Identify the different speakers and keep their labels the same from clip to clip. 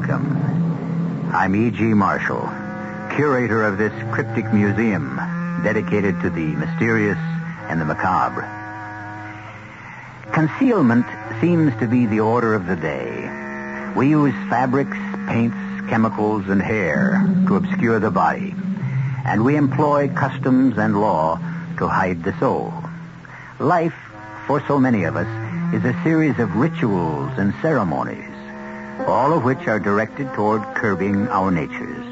Speaker 1: welcome. I'm E.G. Marshall, curator of this cryptic museum dedicated to the mysterious and the macabre. Concealment seems to be the order of the day. We use fabrics, paints, chemicals, and hair to obscure the body, and we employ customs and law to hide the soul. Life, for so many of us, is a series of rituals and ceremonies, all of which are directed toward curbing our natures.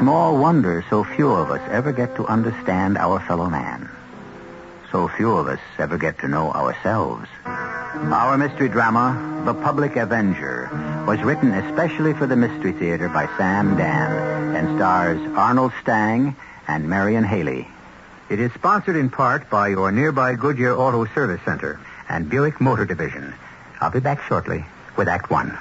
Speaker 1: Small wonder so few of us ever get to understand our fellow man. So few of us ever get to know ourselves. Our mystery drama, The Public Avenger, was written especially for the Mystery Theater by Sam Dan and stars Arnold Stang and Marion Haley. It is sponsored in part by your nearby Goodyear Auto Service Center and Buick Motor Division. I'll be back shortly with Act One.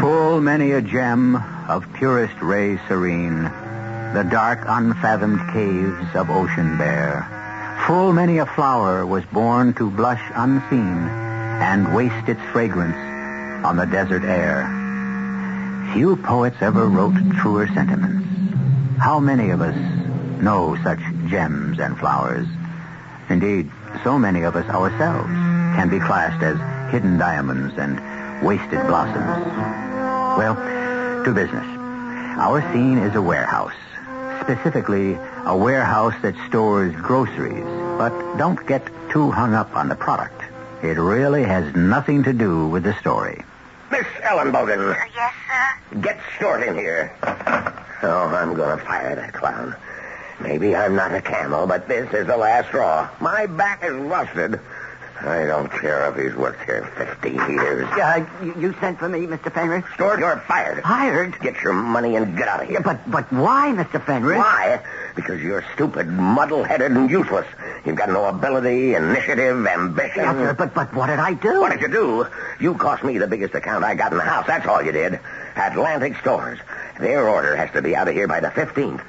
Speaker 1: Full many a gem of purest ray serene, the dark unfathomed caves of ocean bear. Full many a flower was born to blush unseen and waste its fragrance on the desert air. Few poets ever wrote truer sentiments. How many of us know such gems and flowers? Indeed, so many of us ourselves can be classed as hidden diamonds and wasted blossoms. Well, to business. Our scene is a warehouse. Specifically, a warehouse that stores groceries. But don't get too hung up on the product. It really has nothing to do with the story.
Speaker 2: Miss Ellenbogen,
Speaker 3: Uh, Yes, sir.
Speaker 2: get short in here. Oh, I'm going to fire that clown. Maybe I'm not a camel, but this is the last straw. My back is rusted. I don't care if he's worked here 50 years.
Speaker 1: Uh, you, you sent for me, Mr. Fenric?
Speaker 2: Short, you're fired.
Speaker 1: Hired?
Speaker 2: Get your money and get out of here.
Speaker 1: But but why, Mr. Fenric?
Speaker 2: Why? Because you're stupid, muddle-headed, and useless. You've got no ability, initiative, ambition.
Speaker 1: Yeah, sir, but but what did I do?
Speaker 2: What did you do? You cost me the biggest account I got in the house. That's all you did. Atlantic Stores. Their order has to be out of here by the 15th.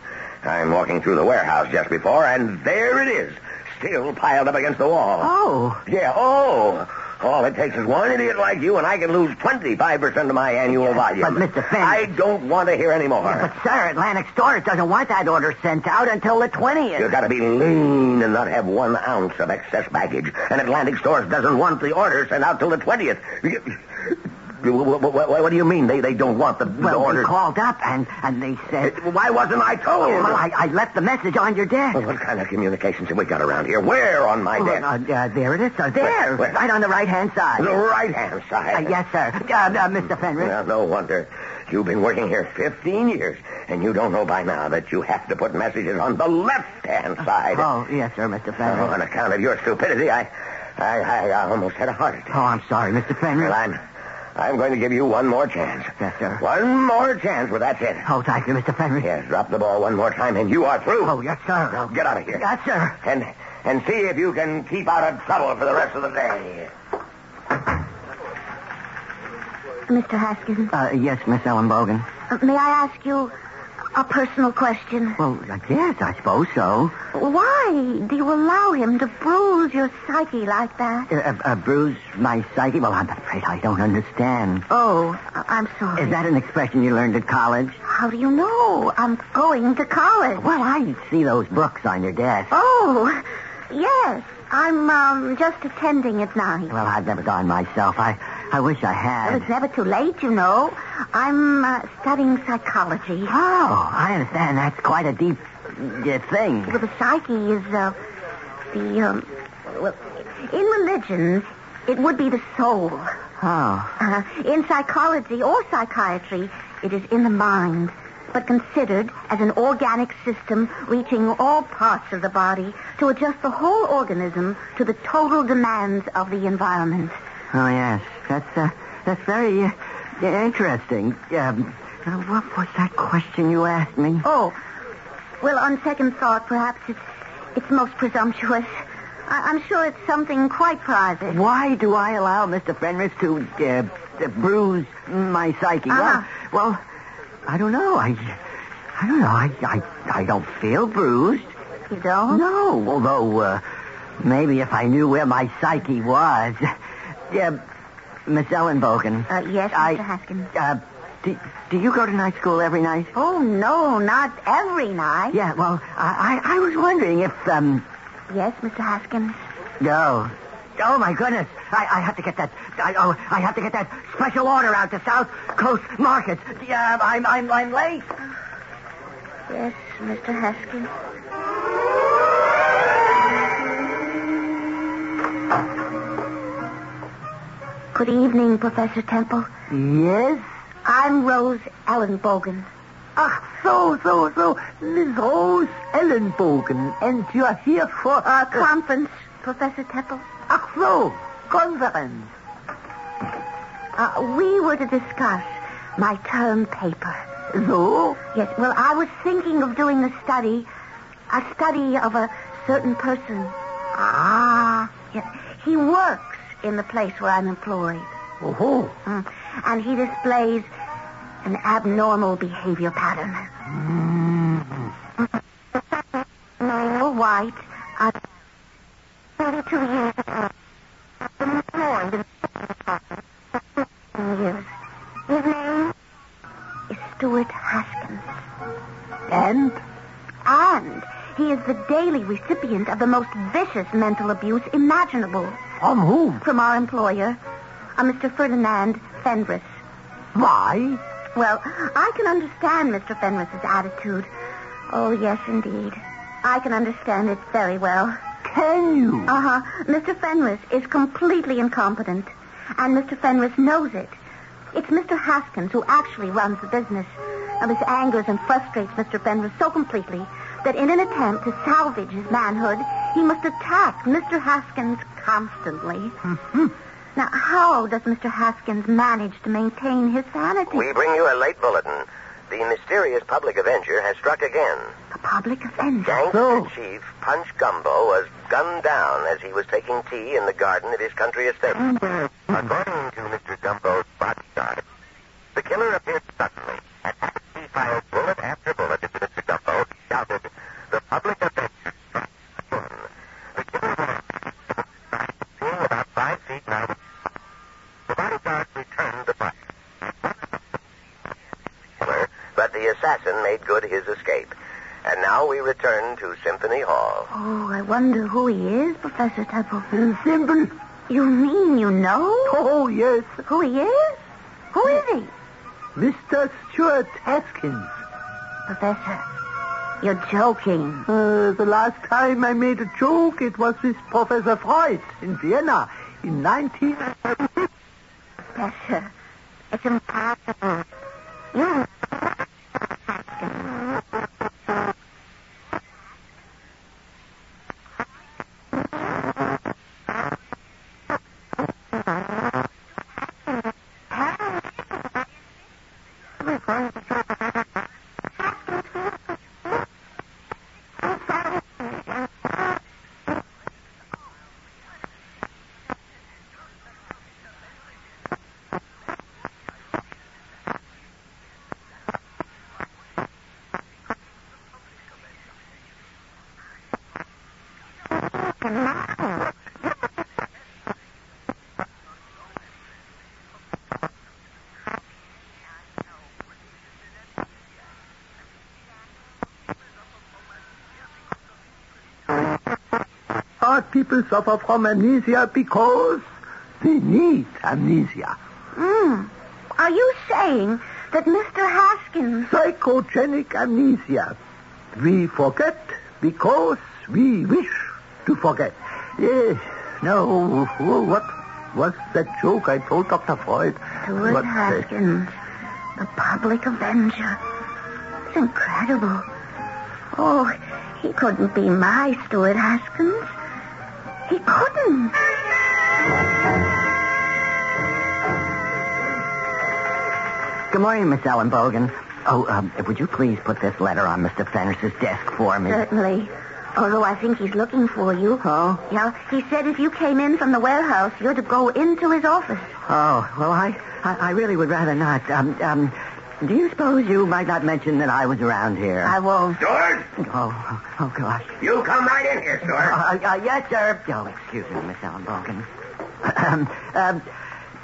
Speaker 2: I'm walking through the warehouse just before, and there it is, still piled up against the wall.
Speaker 1: Oh,
Speaker 2: Yeah, oh. All it takes is one idiot like you, and I can lose 25% of my annual volume.
Speaker 1: but Mr. Fenn-
Speaker 2: I don't want to hear any more.
Speaker 1: but sir, Atlantic Stores doesn't want that order sent out until the
Speaker 2: You've
Speaker 1: 20th.
Speaker 2: got to be lean and not have one ounce of excess baggage. And Atlantic Stores doesn't want the order sent out till the 20th. What, what do you mean they, they don't want the, the
Speaker 1: Well,
Speaker 2: order?
Speaker 1: we called up and, and they said,
Speaker 2: Why wasn't I told?
Speaker 1: well, I, I left the message on your desk.
Speaker 2: Well, what kind of communications have we got around here? Where on my
Speaker 1: Oh,
Speaker 2: desk?
Speaker 1: uh, uh, there it is, sir. There,
Speaker 2: Where- where?
Speaker 1: right on the right-hand side.
Speaker 2: the right-hand
Speaker 1: Uh,
Speaker 2: side.
Speaker 1: yes, sir. Uh, uh, Mr. Fenric.
Speaker 2: Well, no wonder. You've been working here 15 years, and you don't know by now that you have to put messages on the left-hand side.
Speaker 1: Oh, yes, sir, Mr.
Speaker 2: Oh,
Speaker 1: Fenric.
Speaker 2: on account of your stupidity, I, I, I, I almost had a heart attack.
Speaker 1: Oh, I'm sorry, Mr. Fenric.
Speaker 2: Well, I'm, I'm going to give you one more chance.
Speaker 1: Yes, sir.
Speaker 2: One more chance, well, that's it.
Speaker 1: Oh, thank you, Mr. Fenric.
Speaker 2: Yes, drop the ball one more time, and you are through.
Speaker 1: Oh, yes, sir. Oh,
Speaker 2: Get out of here.
Speaker 1: Yes, sir.
Speaker 2: And, and see if you can keep out of trouble for the rest of the day.
Speaker 3: Mr. Haskins,
Speaker 1: Uh, yes, Miss Ellen Bogan.
Speaker 3: uh, may I ask you a personal question?
Speaker 1: Well, uh, yes, I suppose so. Uh,
Speaker 3: Why do you allow him to bruise your psyche like that?
Speaker 1: Uh, uh, uh, bruise my psyche? Well, I'm afraid I don't understand.
Speaker 3: Oh, I- I'm sorry.
Speaker 1: Is that an expression you learned at college?
Speaker 3: How do you know? I'm going to college.
Speaker 1: Well, I see those books on your desk.
Speaker 3: Oh, yes. I'm um, just attending at night.
Speaker 1: Well, I've never gone myself. I, I wish I
Speaker 3: Well,
Speaker 1: had.
Speaker 3: It's never too late, you know. I'm uh, studying psychology.
Speaker 1: Oh, I understand. That's quite a deep uh, thing.
Speaker 3: Well, the psyche is uh, the um, well, in religion, it would be the soul.
Speaker 1: Oh,
Speaker 3: Uh, in psychology or psychiatry, it is in the mind, but considered as an organic system reaching all parts of the body to adjust the whole organism to the total demands of the environment.
Speaker 1: oh yes. That's uh, that's very uh, interesting. Um, uh, what was that question you asked me?
Speaker 3: Oh, well, on second thought, perhaps it's it's most presumptuous. I, I'm sure it's something quite private.
Speaker 1: Why do I allow Mr. Fenris to uh, uh, bruise my psyche?
Speaker 3: Uh-huh.
Speaker 1: Well, well, I don't know. I,
Speaker 4: I don't know. I, I, I don't feel bruised.
Speaker 3: You don't?
Speaker 4: No, although uh, maybe if I knew where my psyche was. Yeah, Miss Ellenbogen.
Speaker 3: Uh, yes,
Speaker 4: I,
Speaker 3: Mr. Haskins.
Speaker 4: Uh, do, do you go to night school every night?
Speaker 3: Oh, no, not every night.
Speaker 4: Yeah, well, I, I, I was wondering if, um,
Speaker 3: Yes, Mr. Haskins.
Speaker 4: no. Oh, my goodness. I, I have to get that, I, oh, I have to get that special order out to South Coast Market. Yeah, I'm, I'm, I'm late.
Speaker 3: Yes, Mr. Haskins. Good evening, Professor Temple.
Speaker 4: Yes?
Speaker 3: I'm Rose Ellenbogen.
Speaker 4: Ach, so, so, so, Miss Rose Ellenbogen, and you are here for our
Speaker 3: Conference, Professor Temple.
Speaker 4: Ach, so, conference.
Speaker 3: Uh, we were to discuss my term paper.
Speaker 4: So?
Speaker 3: Yes, well, I was thinking of doing a study, a study of a certain person. Ah. Yes, he works in the place where I'm employed.
Speaker 4: Oh,
Speaker 3: Mm. And he displays an abnormal behavior pattern.
Speaker 4: Mm-hmm.
Speaker 3: Noel White, uh, 32 years old, employed in the years. His name is Stuart Haskins.
Speaker 4: and?
Speaker 3: And he is the daily recipient of the most vicious mental abuse imaginable
Speaker 4: From whom?
Speaker 3: from our employer, a Mr. Ferdinand Fenris.
Speaker 4: Why?
Speaker 3: Well, I can understand Mr. Fenris's attitude. Oh, yes, indeed. I can understand it very well.
Speaker 4: Can you?
Speaker 3: Uh huh. Mr. Fenris is completely incompetent, and Mr. Fenris knows it. It's Mr. Haskins who actually runs the business. And this angers and frustrates Mr. Fenris so completely that in an attempt to salvage his manhood, he must attack Mr. Haskins constantly.
Speaker 4: Mm-hmm.
Speaker 3: Now, how does Mr. Haskins manage to maintain his sanity?
Speaker 2: We bring you a late bulletin. The mysterious public avenger has struck again.
Speaker 3: A public offender.
Speaker 2: Gangster
Speaker 4: No.
Speaker 2: Chief Punch Gumbo was gunned down as he was taking tea in the garden of his country estate. According to Mr. Gumbo's bodyguard, the killer appeared suddenly and as he fired bullet after bullet into Mr. Gumbo, he shouted, The public avenger strikes again. The killer was being about five feet now. The bodyguard returned the fire killer, but the assassin made good his escape. And now we return to Symphony Hall.
Speaker 3: Oh, I wonder who he is, Professor Temple.
Speaker 4: Simple.
Speaker 3: You mean you know
Speaker 4: Oh, yes.
Speaker 3: who he is? Who is he?
Speaker 4: Mr. Stuart Haskins.
Speaker 3: Professor, you're joking.
Speaker 4: Uh, the last time I made a joke, it was with Professor Freud in Vienna in 19...
Speaker 3: Professor, it's impossible. You...
Speaker 4: Our people suffer from amnesia because they need amnesia.
Speaker 3: Mm. Are you saying that Mr. Haskins...
Speaker 4: Psychogenic amnesia. We forget because we wish to forget. Yes. No, what was that joke I told Dr. Freud?
Speaker 3: Stuart
Speaker 4: What, uh,
Speaker 3: Haskins, the public avenger. It's incredible. Oh, he couldn't be my Stuart Haskins. He couldn't.
Speaker 4: Good morning, Miss Ellen Bogan. Oh, um, would you please put this letter on Mr. Fenris's desk for me?
Speaker 3: Certainly. Although I think he's looking for you. Oh? Yeah, he said if you came in from the warehouse, you're to go into his office.
Speaker 4: Oh, well, I, I, I really would rather not. Um, um, Do you suppose you might not mention that I was around here?
Speaker 3: I won't.
Speaker 2: George,
Speaker 4: Oh, oh, gosh.
Speaker 2: you come right in here, George.
Speaker 4: Uh, uh, yes, sir. Oh, excuse me, Miss Ellen Bogan. um,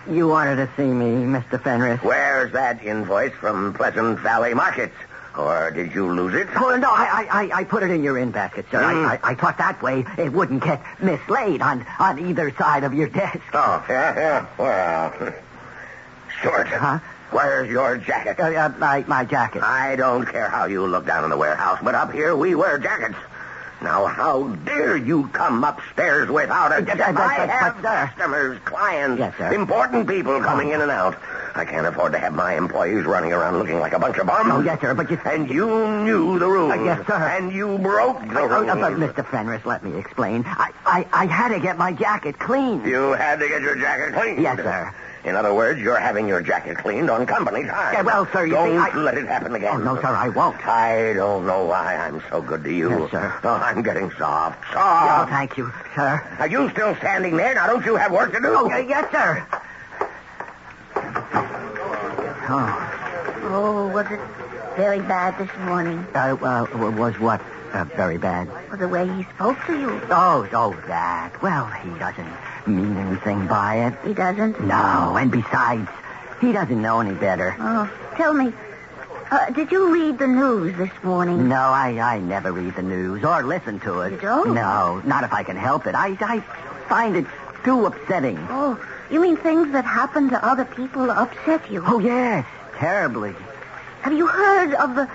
Speaker 4: you wanted to see me, Mr. Fenris.
Speaker 2: Where's that invoice from Pleasant Valley Markets? Or did you lose it?
Speaker 4: Oh, no, I, I- I, I put it in your in basket, sir.
Speaker 2: Mm.
Speaker 4: I, I, I thought that way it wouldn't get mislaid on, on either side of your desk.
Speaker 2: Oh, yeah, yeah. Well, George,
Speaker 4: Huh?
Speaker 2: where's your jacket?
Speaker 4: Uh, uh, my, my jacket.
Speaker 2: I don't care how you look down in the warehouse, but up here we wear jackets. Now, how dare you come upstairs without a
Speaker 4: But-
Speaker 2: jacket?
Speaker 4: Uh, but-
Speaker 2: I
Speaker 4: but-
Speaker 2: have
Speaker 4: but, sir.
Speaker 2: customers, clients,
Speaker 4: Yes, sir.
Speaker 2: important people coming in and out. I can't afford to have my employees running around looking like a bunch of bums.
Speaker 4: Oh, yes, sir, but you...
Speaker 2: And you knew the rules.
Speaker 4: Uh, yes, sir.
Speaker 2: And you broke the
Speaker 4: Oh,
Speaker 2: rules.
Speaker 4: uh, but Mr. Fenris, let me explain. I, I, I had to get my jacket cleaned.
Speaker 2: You had to get your jacket cleaned.
Speaker 4: Yes, sir.
Speaker 2: In other words, you're having your jacket cleaned on company time.
Speaker 4: Yeah, well, sir, you
Speaker 2: don't
Speaker 4: see, I-
Speaker 2: let it happen again.
Speaker 4: Oh, no, sir, I won't.
Speaker 2: I don't know why I'm so good to you.
Speaker 4: Yes, sir.
Speaker 2: Oh, I'm getting soft,
Speaker 4: Oh,
Speaker 2: soft.
Speaker 4: thank you, sir.
Speaker 2: Are you still standing there? Now, don't you have work to do?
Speaker 4: Oh, y- yes, sir. Oh,
Speaker 3: Oh, was it very bad this morning?
Speaker 4: uh, uh, w- was what uh, very bad?
Speaker 3: For the way he spoke to you?
Speaker 4: Oh, oh, that. Well, he doesn't mean anything by it.
Speaker 3: He doesn't?
Speaker 4: No, and besides, he doesn't know any better.
Speaker 3: Oh, tell me, uh, did you read the news this morning?
Speaker 4: No, I, I never read the news or listen to it.
Speaker 3: You don't?
Speaker 4: No, not if I can help it. I, I find it too upsetting.
Speaker 3: Oh, you mean things that happen to other people upset you?
Speaker 4: Oh, yes, terribly.
Speaker 3: Have you heard of the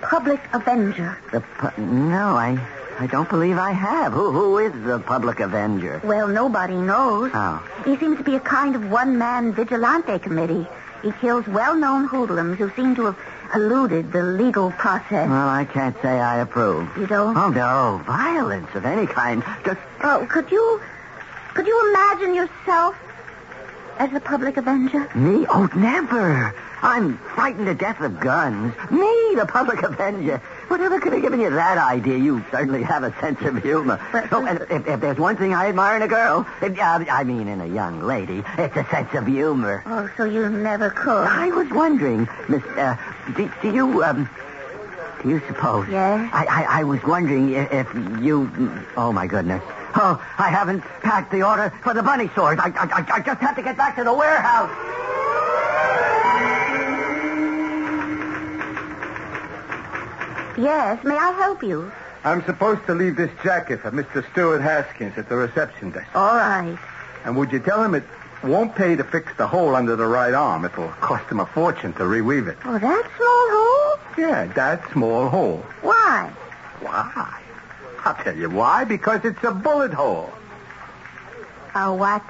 Speaker 3: public avenger?
Speaker 4: The pu- mm. no, I, I don't believe I have. Who, who is the public avenger?
Speaker 3: Well, nobody knows.
Speaker 4: Oh.
Speaker 3: He seems to be a kind of one-man vigilante committee. He kills well-known hoodlums who seem to have eluded the legal process.
Speaker 4: Well, I can't say I approve.
Speaker 3: You don't?
Speaker 4: Oh, no. Violence of any kind. Just,
Speaker 3: Oh, could you, could you imagine yourself as the public avenger?
Speaker 4: me? Oh, never. I'm frightened to death of guns. Me, the public avenger. Whatever could have given you that idea? You certainly have a sense of humor.
Speaker 3: But-
Speaker 4: oh, and if, if there's one thing I admire in a girl, it, uh, I mean in a young lady, it's a sense of humor.
Speaker 3: Oh, so you never could.
Speaker 4: I was wondering, Miss, uh, do, do you, um, do you suppose?
Speaker 3: Yes?
Speaker 4: I, I, I was wondering i- if you, oh my goodness. Oh, I haven't packed the order for the bunny sword. I, I, I- I just have to get back to the warehouse.
Speaker 3: Yes, may I help you?
Speaker 5: I'm supposed to leave this jacket for Mr. Stuart Haskins at the reception desk.
Speaker 3: All right.
Speaker 5: And would you tell him it won't pay to fix the hole under the right arm? It'll cost him a fortune to reweave it.
Speaker 3: Oh, that small hole?
Speaker 5: Yeah, that small hole.
Speaker 3: Why?
Speaker 5: Why? I'll tell you why. Because it's a bullet hole.
Speaker 3: A what?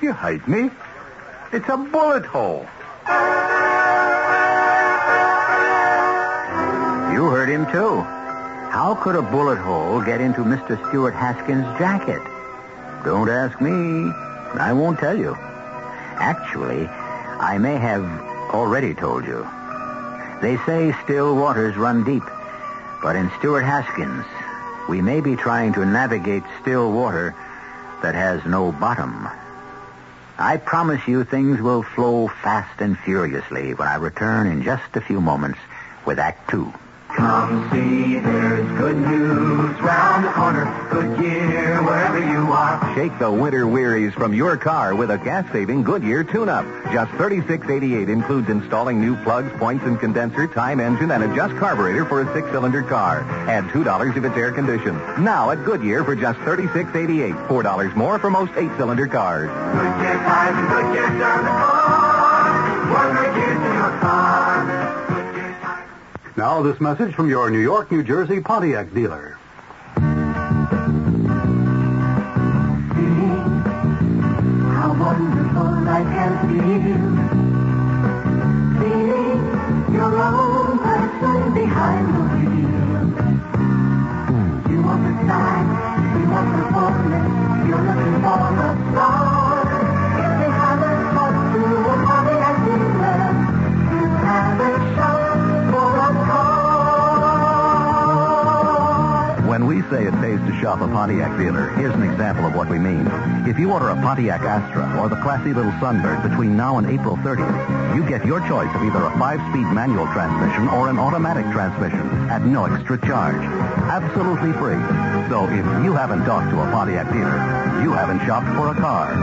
Speaker 5: You hate me. It's a bullet hole.
Speaker 6: You heard him, too. How could a bullet hole get into Mr. Stuart Haskins' jacket? Don't ask me. I won't tell you. Actually, I may have already told you. They say still waters run deep, but in Stuart Haskins, we may be trying to navigate still water that has no bottom. I promise you things will flow fast and furiously when I return in just a few moments with Act Two. Come see, there's good news round the corner. Good year, wherever you are.
Speaker 5: Shake the winter wearies from your car with a gas-saving Goodyear tune-up. Just $36.88 includes installing new plugs, points and condenser, time engine, and adjust carburetor for a six-cylinder car. Add $2 if it's air-conditioned. Now at Goodyear for just $36.88. $4 more for most eight-cylinder cars.
Speaker 6: Goodyear ties and Goodyear service. One good year to your car. Goodyear ties.
Speaker 5: Now this message from your New York, New Jersey Pontiac dealer.
Speaker 6: How wonderful life can be. Be your own person behind the wheel. You want the sign, you want the formula, you're looking for the star. If they haven't talked to a hobby and dealer, you have a shot for a car.
Speaker 5: When we say it
Speaker 7: pays to shop a Pontiac dealer, here's an example of what we mean. If you order a Pontiac Astra or the classy little Sunbird between now and April 30th, you get your choice of either a five-speed manual transmission or an automatic transmission at no extra charge. Absolutely free. So if you haven't talked to a Pontiac dealer, you haven't shopped for a car.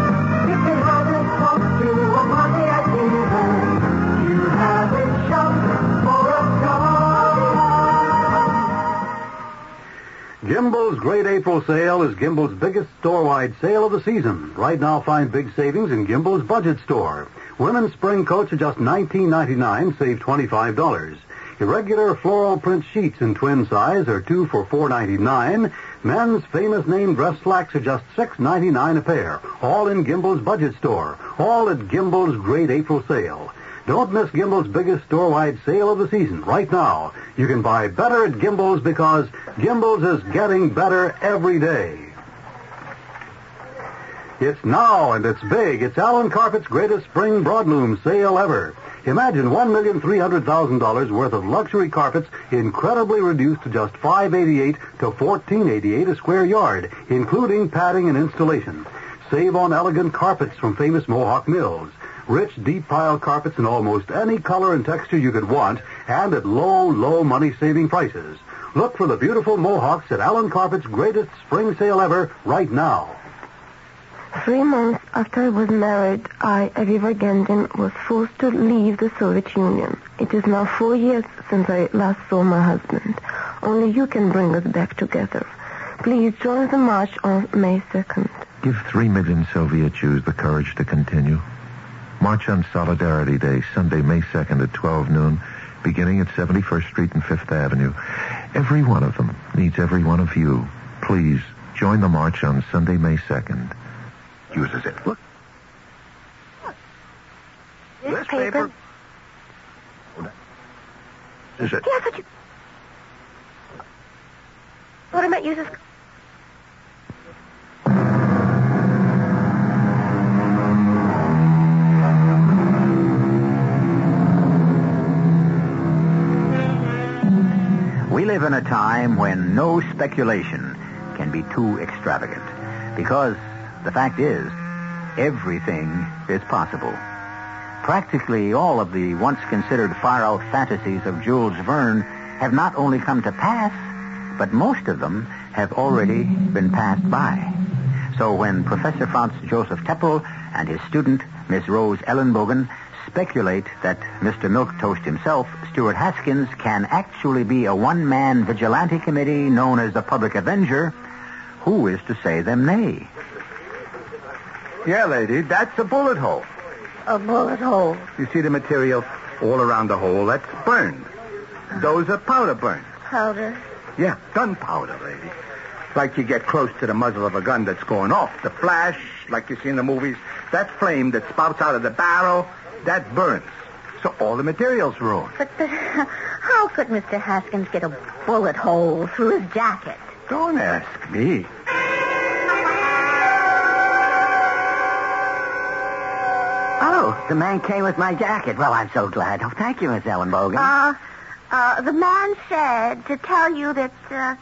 Speaker 8: Gimbel's Great April Sale is Gimbel's biggest store-wide sale of the season. Right now, find big savings in Gimbel's Budget Store. Women's spring coats are just $19.99, save $25. Irregular floral print sheets in twin size are two for $4.99. Men's famous name dress slacks are just $6.99 a pair. All in Gimbel's Budget Store. All at Gimbel's Great April Sale. Don't miss Gimbel's biggest store-wide sale of the season right now. You can buy better at Gimbel's because Gimbel's is getting better every day. It's now and it's big. It's Allen Carpet's greatest spring broadloom sale ever. Imagine $1,300,000 worth of luxury carpets incredibly reduced to just $588 to $1488 a square yard, including padding and installation. Save on elegant carpets from famous Mohawk mills rich, deep pile carpets in almost any color and texture you could want, and at low, low money-saving prices. Look for the beautiful Mohawks at Allen Carpet's greatest spring sale ever right now.
Speaker 6: Three months after I was married, I, Aviva Gendin, was forced to leave the Soviet Union. It is now four years since I last saw my husband. Only you can bring us back together. Please join the march on May 2nd.
Speaker 9: Give three million Soviet Jews the courage to continue. March on Solidarity Day, Sunday, May 2nd at 12 noon, beginning at 71st Street and 5th Avenue. Every one of them needs every one of you. Please join the march on Sunday, May 2nd. Uses it. Look.
Speaker 6: This paper?
Speaker 9: Is it?
Speaker 6: Yes, but you... What about uses...
Speaker 1: We live in a time when no speculation can be too extravagant because the fact is, everything is possible. Practically all of the once considered far out fantasies of Jules Verne have not only come to pass, but most of them have already been passed by. So when Professor Franz Joseph Teppel and his student, Miss Rose Ellenbogen, speculate that Mr. Milktoast himself, Stuart Haskins, can actually be a one-man vigilante committee known as the Public Avenger, who is to say them nay?
Speaker 7: Yeah, lady, that's a bullet hole.
Speaker 6: A bullet hole.
Speaker 7: You see the material all around the hole. That's burned. Those are powder burns.
Speaker 6: Powder.
Speaker 7: Yeah, gunpowder, lady. Like you get close to the muzzle of a gun that's going off. The flash, like you see in the movies, that flame that spouts out of the barrel, that burns. So all the material's ruined.
Speaker 3: But, but how could Mr. Haskins get a bullet hole through his jacket?
Speaker 7: Don't ask me.
Speaker 4: Oh, the man came with my jacket. Well, I'm so glad. Oh, thank you, Miss Ellenbogen.
Speaker 3: Uh, uh, the man said to tell you that, uh,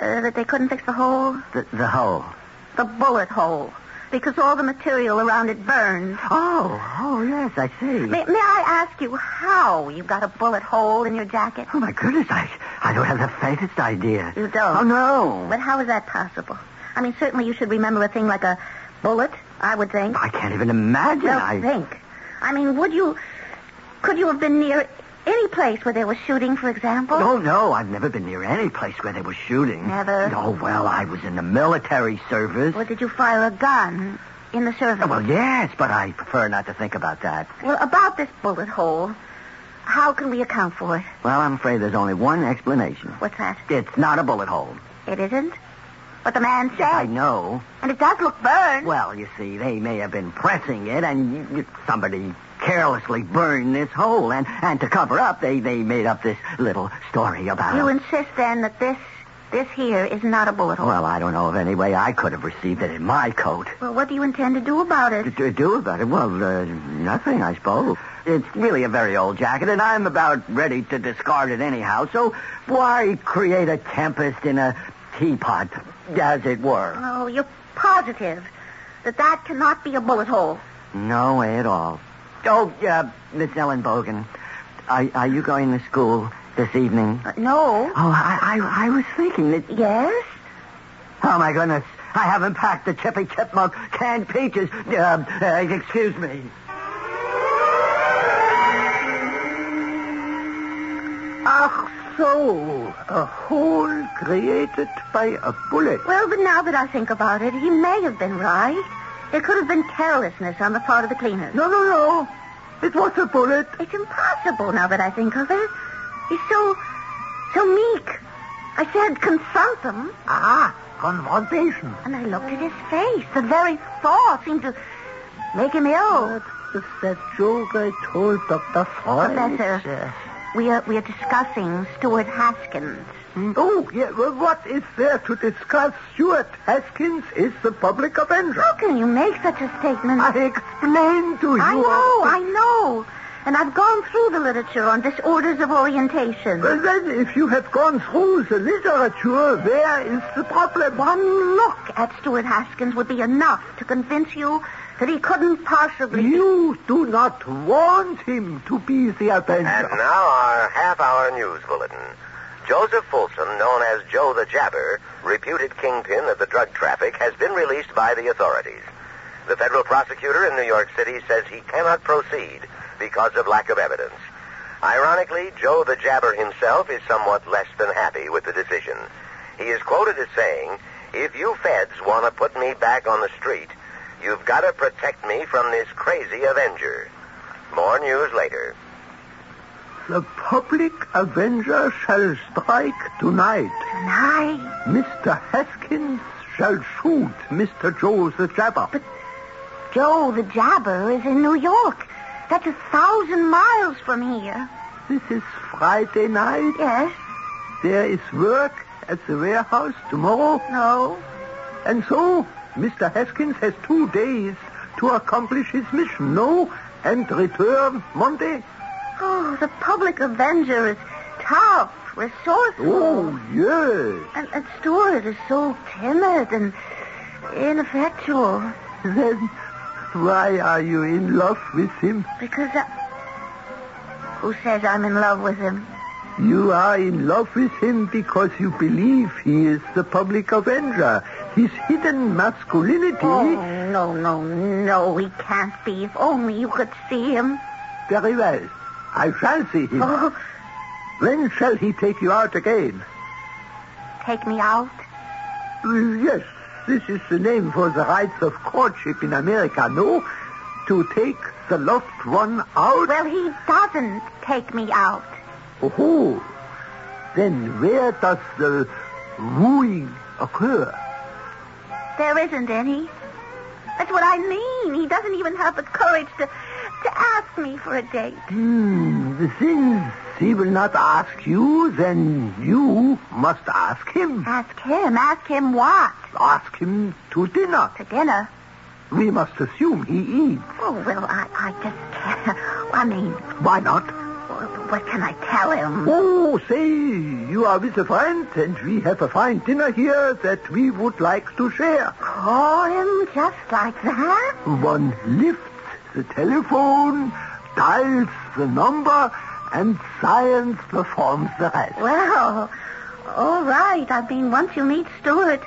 Speaker 3: uh, that they couldn't fix the hole,
Speaker 4: the, the hole.
Speaker 3: the bullet hole, because all the material around it burned.
Speaker 4: Oh, oh, yes, I see.
Speaker 3: May, may I ask you how you got a bullet hole in your jacket?
Speaker 4: Oh, my goodness, I, I don't have the faintest idea.
Speaker 3: You don't.
Speaker 4: Oh, no.
Speaker 3: But how is that possible? I mean, certainly you should remember a thing like a bullet, I would think.
Speaker 4: I can't even imagine.
Speaker 3: Well,
Speaker 4: I...
Speaker 3: think. I mean, would you... Could you have been near any place where there was shooting, for example?
Speaker 4: No, no, I've never been near any place where they were shooting.
Speaker 3: Never?
Speaker 4: Oh, well, I was in the military service.
Speaker 3: Or did you fire a gun in the service?
Speaker 4: Oh, Well, yes, but I prefer not to think about that.
Speaker 3: Well, about this bullet hole, how can we account for it?
Speaker 4: Well, I'm afraid there's only one explanation.
Speaker 3: What's that?
Speaker 4: It's not a bullet hole.
Speaker 3: It isn't? But the man said.
Speaker 4: I know.
Speaker 3: And it does look burned.
Speaker 4: Well, you see, they may have been pressing it, and you, you- somebody carelessly burned this hole, and, and to cover up, they, they made up this little story about
Speaker 3: you
Speaker 10: Ah.
Speaker 4: it.
Speaker 3: insist then that this this here is not a bullet hole.
Speaker 4: Well, I don't know of any way I could have received it in my coat.
Speaker 3: Well, what do you intend to do about
Speaker 4: To-
Speaker 3: it?
Speaker 4: To do about it? Well, uh, nothing, I suppose. It's really a very old jacket, and I'm about ready to discard it anyhow. So why create a tempest in a teapot, as it were.
Speaker 3: Oh, you're positive that that cannot be a bullet hole.
Speaker 4: No way at all. Oh, uh, Miss Ellen Bogan, are, are you going to school this evening?
Speaker 3: Uh, no.
Speaker 4: Oh, I, I, I was thinking that...
Speaker 3: Yes?
Speaker 4: Oh, my goodness. I haven't packed the Chippy Chipmunk canned peaches. Uh, uh, excuse me.
Speaker 10: Ah, so, a hole created by a bullet.
Speaker 3: Well, but now that I think about it, he may have been right. There could have been carelessness on the part of the cleaners.
Speaker 10: No, no, no. It was a bullet.
Speaker 3: It's impossible now that I think of it. He's so, so meek. I said, consult them.
Speaker 10: Ah, confrontation.
Speaker 3: And I looked at his face. The very thought seemed to make him ill.
Speaker 10: That's that joke I told Dr. Freud.
Speaker 3: Professor, we are, we are discussing Stuart Haskins.
Speaker 10: Oh, yeah, well, what is there to discuss? Stuart Haskins is the public avenger.
Speaker 3: How can you make such a statement?
Speaker 10: I explained to you.
Speaker 3: I know, I know. And I've gone through the literature on disorders of orientation.
Speaker 10: Well, then, if you have gone through the literature, where is the problem?
Speaker 3: One look at Stuart Haskins would be enough to convince you that he couldn't possibly.
Speaker 10: You do not want him to be the
Speaker 2: And
Speaker 10: avenger.
Speaker 2: now our half-hour news bulletin. Joseph Fulson, known as Joe the Jabber, reputed kingpin of the drug traffic, has been released by the authorities. The federal prosecutor in New York City says he cannot proceed because of lack of evidence. Ironically, Joe the Jabber himself is somewhat less than happy with the decision. He is quoted as saying, If you feds want to put me back on the street, you've got to protect me from this crazy avenger. More news later.
Speaker 10: The public avenger shall strike tonight.
Speaker 3: Deny.
Speaker 10: Mr. Haskins shall shoot Mr. Joe the Jabber. But
Speaker 3: Joe the Jabber is in New York. That's a thousand miles from here.
Speaker 10: this is Friday night.
Speaker 3: Yes?
Speaker 10: There is work at the warehouse tomorrow.
Speaker 3: No?
Speaker 10: And so, Mr. Haskins has two days to accomplish his mission, no? And return Monday?
Speaker 3: Oh, the public avenger is tough, resourceful.
Speaker 10: Oh, yes.
Speaker 3: And, and Stuart is so timid and ineffectual
Speaker 10: Then, why are you in love with him?
Speaker 3: because uh, I... Who says I'm in love with him?
Speaker 10: You are in love with him because you believe he is the public avenger. His hidden masculinity.
Speaker 3: Oh, no, no, no, he can't be. If only you could see him.
Speaker 10: Very well. I shall see him.
Speaker 3: Oh,
Speaker 10: When shall he take you out again?
Speaker 3: take me out.
Speaker 10: Uh, Yes, this is the name for the rights of courtship in America, no? To take the loved one out?
Speaker 3: Well, he doesn't take me out.
Speaker 10: Oh, then where does the wooing occur?
Speaker 3: There isn't any. That's what I mean. He doesn't even have the courage to, to ask me for a date.
Speaker 10: Hmm, since he will not ask you, then you must ask him.
Speaker 3: Ask him. Ask him what?
Speaker 10: Ask him to dinner.
Speaker 3: To dinner.
Speaker 10: We must assume he eats.
Speaker 3: Oh, well, I, I just can't. I mean,
Speaker 10: Why not?
Speaker 3: wh- what can I tell him?
Speaker 10: Oh, say, you are with a friend, and we have a fine dinner here that we would like to share.
Speaker 3: Call him just like that?
Speaker 10: One lifts the telephone, dials the number, and science performs the rest.
Speaker 3: Well, all right. I mean, once you meet Stuart,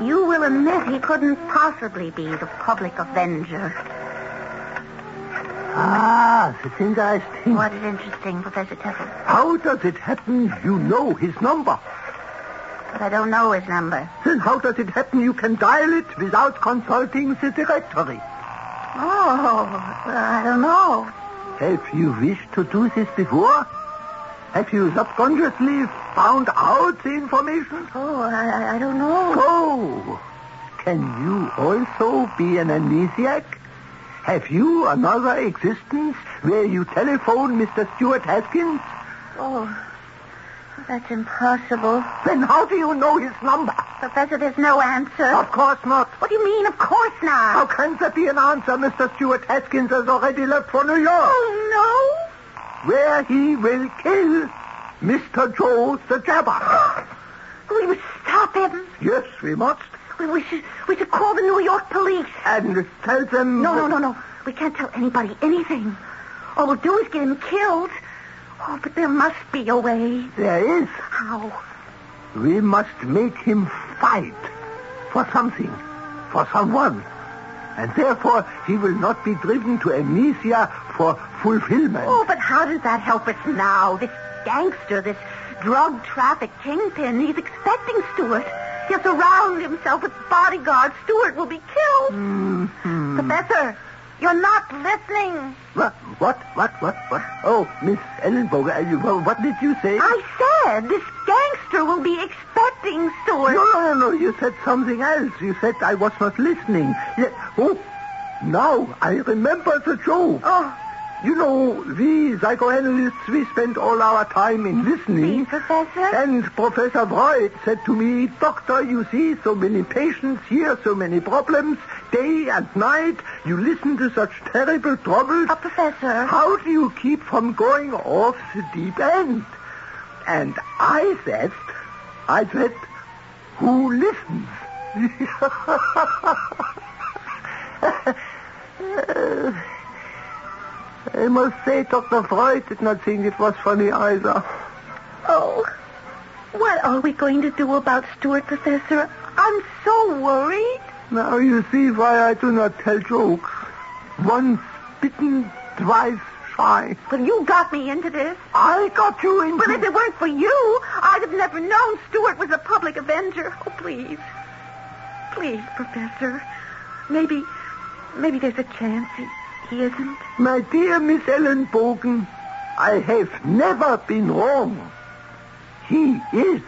Speaker 3: you will admit he couldn't possibly be the public avenger.
Speaker 10: Ah, that's interesting.
Speaker 3: What is interesting, Professor Tuttle?
Speaker 10: How does it happen you know his number?
Speaker 3: But I don't know his number.
Speaker 10: Then how does it happen you can dial it without consulting the directory?
Speaker 3: Oh, well, I don't know.
Speaker 10: Have you wished to do this before? Have you subconsciously found out the information?
Speaker 3: Oh, I, I- I don't know.
Speaker 10: Oh, can you also be an amnesiac? Have you another existence where you telephone Mr. Stuart Haskins?
Speaker 3: Oh, that's impossible.
Speaker 10: Then how do you know his number?
Speaker 3: Professor, there's no answer.
Speaker 10: Of course not.
Speaker 3: What do you mean, of course not?
Speaker 10: How can that be an answer? Mr. Stuart Haskins has already left for New York,
Speaker 3: Oh,
Speaker 10: where he will kill Mr. Joe the Jabber.
Speaker 3: no. Will you stop stop him.
Speaker 10: Yes, we must.
Speaker 3: We, we should we should call the New York police.
Speaker 10: And tell them.
Speaker 3: No, no, no, no. We can't tell anybody anything. All we'll do is get him killed. Oh, but there must be a way.
Speaker 10: There is.
Speaker 3: How?
Speaker 10: We must make him fight for something, for someone. And therefore, he will not be driven to amnesia for fulfillment.
Speaker 3: Oh, but how does that help us now? This gangster, this drug traffic kingpin, he's expecting Stuart. He'll surround himself with bodyguards. Stuart will be killed.
Speaker 10: Mm-hmm.
Speaker 3: Professor, you're not listening.
Speaker 10: What, what, what, what, what? Oh, Miss Ellenboger, uh, you- well, what did you say?
Speaker 3: I said this gangster will be expecting Stuart.
Speaker 10: No, no, no, no, you said something else. You said I was not listening. Ye- Oh, now I remember the joke.
Speaker 3: Oh,
Speaker 10: You know, we psychoanalysts, we spend all our time in listening.
Speaker 3: please, Professor.
Speaker 10: And Professor Freud said to me, Doctor, you see so many patients here, so many problems, day and night. You listen to such terrible troubles.
Speaker 3: Uh, Professor.
Speaker 10: How do you keep from going off the deep end? And I said, I said, who listens? Äh, I must say, Dr. Freud did not think it was funny either.
Speaker 3: Oh, what are we going to do about Stuart, Professor? I'm so worried.
Speaker 10: Now you see why I do not tell jokes. Once bitten, twice shy.
Speaker 3: Well, you got me into this.
Speaker 10: I got you into...
Speaker 3: But if it weren't for you, I'd have never known Stuart was a public avenger. Oh, please. Please, Professor. Maybe, maybe there's a chance he, he isn't.
Speaker 10: My dear Miss Ellen Bogen, I have never been wrong. He is.